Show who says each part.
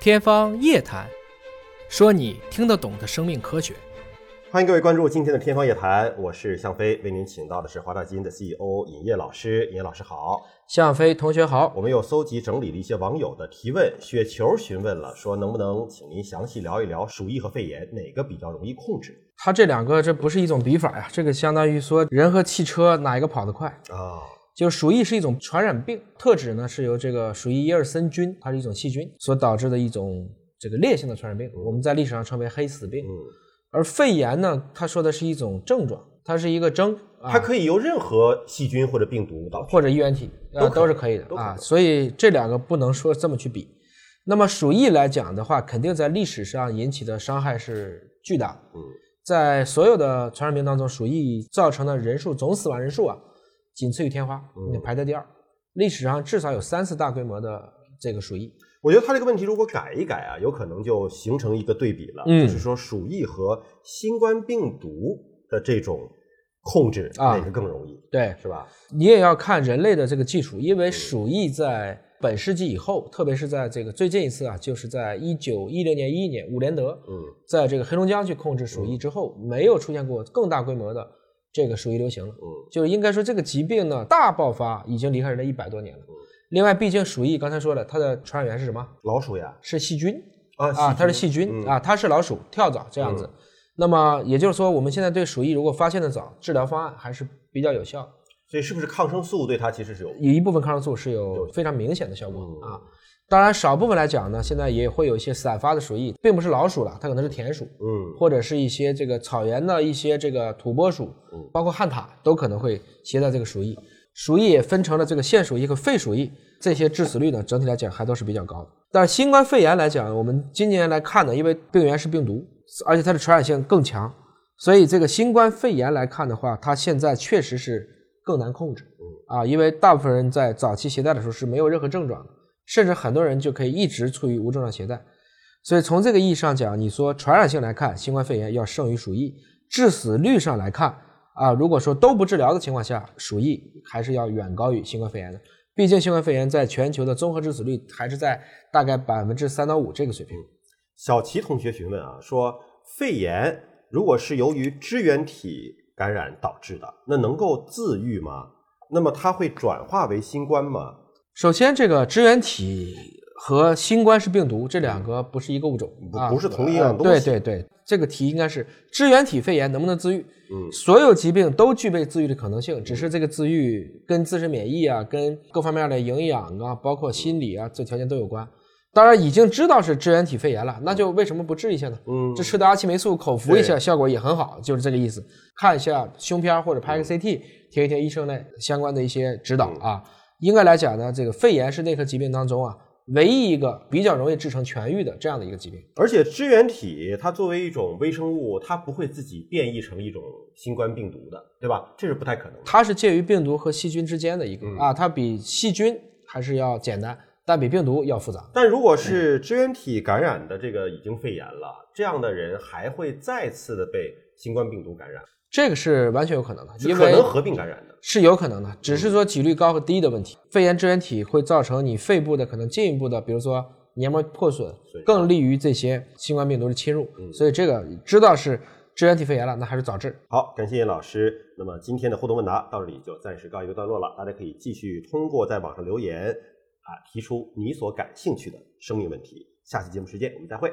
Speaker 1: 天方夜谭，说你听得懂的生命科学。
Speaker 2: 欢迎各位关注今天的《天方夜谭》，我是向飞，为您请到的是华大基因的 CEO 尹烨老师。尹烨老师好，
Speaker 3: 向飞同学好，
Speaker 2: 我们又搜集整理了一些网友的提问，雪球询问了说，能不能请您详细聊一聊鼠疫和肺炎哪个比较容易控制
Speaker 3: 他这两个这不是一种比法呀，这个相当于说人和汽车哪一个跑得快？
Speaker 2: 啊？
Speaker 3: 就鼠疫是一种传染病，特指呢是由这个鼠疫耶尔森菌，它是一种细菌所导致的一种这个烈性的传染病，我们在历史上称为黑死病。
Speaker 2: 嗯，
Speaker 3: 而肺炎呢，它说的是一种症状，它是一个征啊
Speaker 2: 它可以由任何细菌或者病毒导致。
Speaker 3: 或者衣原体啊、
Speaker 2: 都可以
Speaker 3: 都是可以
Speaker 2: 都
Speaker 3: 的
Speaker 2: 可以
Speaker 3: 啊，所以这两个不能说这么去比。那么鼠疫来讲的话，肯定在历史上引起的伤害是巨大的。
Speaker 2: 嗯，
Speaker 3: 在所有的传染病当中，鼠疫造成的人数总死亡人数啊，仅次于天花，
Speaker 2: 嗯
Speaker 3: 你排在第二。历史上至少有三次大规模的这个鼠疫。
Speaker 2: 我觉得他这个问题如果改一改啊，有可能就形成一个对比了，
Speaker 3: 嗯
Speaker 2: 就是说鼠疫和新冠病毒的这种控制
Speaker 3: 啊
Speaker 2: 哪个更容易，
Speaker 3: 对
Speaker 2: 是吧？
Speaker 3: 你也要看人类的这个技术，因为鼠疫在本世纪以后，特别是在这个最近一次啊，就是在一九一零年、一一年，伍连德
Speaker 2: 嗯
Speaker 3: 在这个黑龙江去控制鼠疫之后，没有出现过更大规模的这个鼠疫流行了。
Speaker 2: 嗯
Speaker 3: 就是应该说这个疾病呢大爆发已经离开人类一百多年了。
Speaker 2: 嗯
Speaker 3: 另外，毕竟鼠疫刚才说了，它的传染源是什么？
Speaker 2: 老鼠呀，
Speaker 3: 是细菌
Speaker 2: 啊
Speaker 3: 啊，它是
Speaker 2: 菌
Speaker 3: 细菌、
Speaker 2: 嗯
Speaker 3: 啊，它是老鼠、跳蚤这样子。那么也就是说，我们现在对鼠疫如果发现的早，治疗方案还是比较有效的。
Speaker 2: 所以是不是抗生素对它其实是有
Speaker 3: 有一部分抗生素是有非常明显的效果
Speaker 2: 嗯
Speaker 3: 啊。当然，少部分来讲呢，现在也会有一些散发的鼠疫，并不是老鼠了，它可能是田鼠，
Speaker 2: 嗯
Speaker 3: 或者是一些这个草原的一些这个土拨鼠，包括旱獭都可能会携带这个鼠疫。鼠疫也分成了这个腺鼠疫和肺鼠疫，这些致死率呢，整体来讲还都是比较高的。但是新冠肺炎来讲，我们今年来看呢，因为病原是病毒，而且它的传染性更强，所以这个新冠肺炎来看的话，它现在确实是更难控制啊，因为大部分人在早期携带的时候是没有任何症状的，甚至很多人就可以一直处于无症状携带。所以从这个意义上讲，你说传染性来看，新冠肺炎要胜于鼠疫；致死率上来看，啊，如果说都不治疗的情况下，鼠疫还是要远高于新冠肺炎的。毕竟新冠肺炎在全球的综合致死率还是在大概百分之三到五这个水平。
Speaker 2: 小齐同学询问啊，说肺炎如果是由于支原体感染导致的，那能够自愈吗？那么它会转化为新冠吗？
Speaker 3: 首先，这个支原体和新冠是病毒，这两个不是一个物种，
Speaker 2: 不
Speaker 3: 啊
Speaker 2: 不是同一样东西
Speaker 3: 呃对对对，这个题应该是支原体肺炎能不能自愈？
Speaker 2: 嗯
Speaker 3: 所有疾病都具备自愈的可能性，只是这个自愈跟自身免疫啊，跟各方面的营养啊，包括心理啊，这条件都有关。当然，已经知道是支原体肺炎了，那就为什么不治一下呢？
Speaker 2: 嗯
Speaker 3: 这吃的阿奇霉素口服一下，
Speaker 2: 对
Speaker 3: 效果也很好，就是这个意思。看一下胸片或者拍个
Speaker 2: 嗯
Speaker 3: CT，听一听医生的相关的一些指导啊。应该来讲呢，这个肺炎是内科疾病当中啊唯一一个比较容易制成痊愈的这样的一个疾病。
Speaker 2: 而且支原体它作为一种微生物，它不会自己变异成一种新冠病毒的，对吧？这是不太可能的。
Speaker 3: 它是介于病毒和细菌之间的一个、
Speaker 2: 嗯
Speaker 3: 啊，它比细菌还是要简单，但比病毒要复杂。
Speaker 2: 但如果是支原体感染的这个已经肺炎了，这样的人还会再次的被新冠病毒感染，
Speaker 3: 这个是完全有可能的，
Speaker 2: 是
Speaker 3: 因
Speaker 2: 可
Speaker 3: 为
Speaker 2: 能合并感染的。
Speaker 3: 是有可能的，只
Speaker 2: 嗯
Speaker 3: 是说几率高和低的问题。肺炎支原体会造成你肺部的可能进一步的，比如说黏膜破损
Speaker 2: 损伤，嗯
Speaker 3: 更利于这些新冠病毒的侵入。所以这个知道是支原体肺炎了，那还是早治。
Speaker 2: 好，感谢老师。那么今天的互动问答到这里就暂时告一个段落了，大家可以继续通过在网上留言啊，提出你所感兴趣的生命问题。下期节目时间我们再会，